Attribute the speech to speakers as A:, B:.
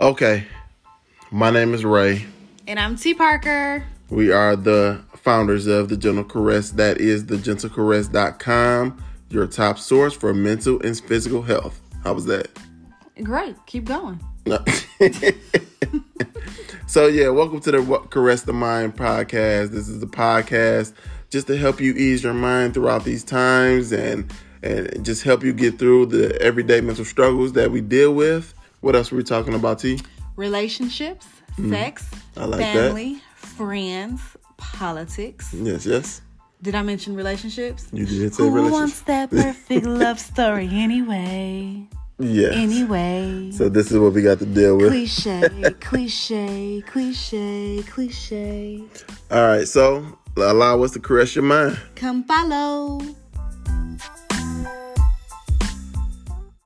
A: Okay. My name is Ray.
B: And I'm T. Parker.
A: We are the founders of The Gentle Caress. That is thegentlecaress.com, your top source for mental and physical health. How was that?
B: Great. Keep going.
A: No. so, yeah, welcome to the What Caress the Mind podcast. This is the podcast just to help you ease your mind throughout these times and and just help you get through the everyday mental struggles that we deal with. What else were we talking about, T?
B: Relationships, sex,
A: Mm. I like that.
B: family, friends, politics.
A: Yes, yes.
B: Did I mention relationships?
A: You did say
B: Who
A: relationships.
B: wants that perfect love story anyway?
A: Yes.
B: Anyway.
A: So this is what we got to deal with.
B: Cliche, cliche, cliche, cliche.
A: All right, so allow us to caress your mind.
B: Come follow.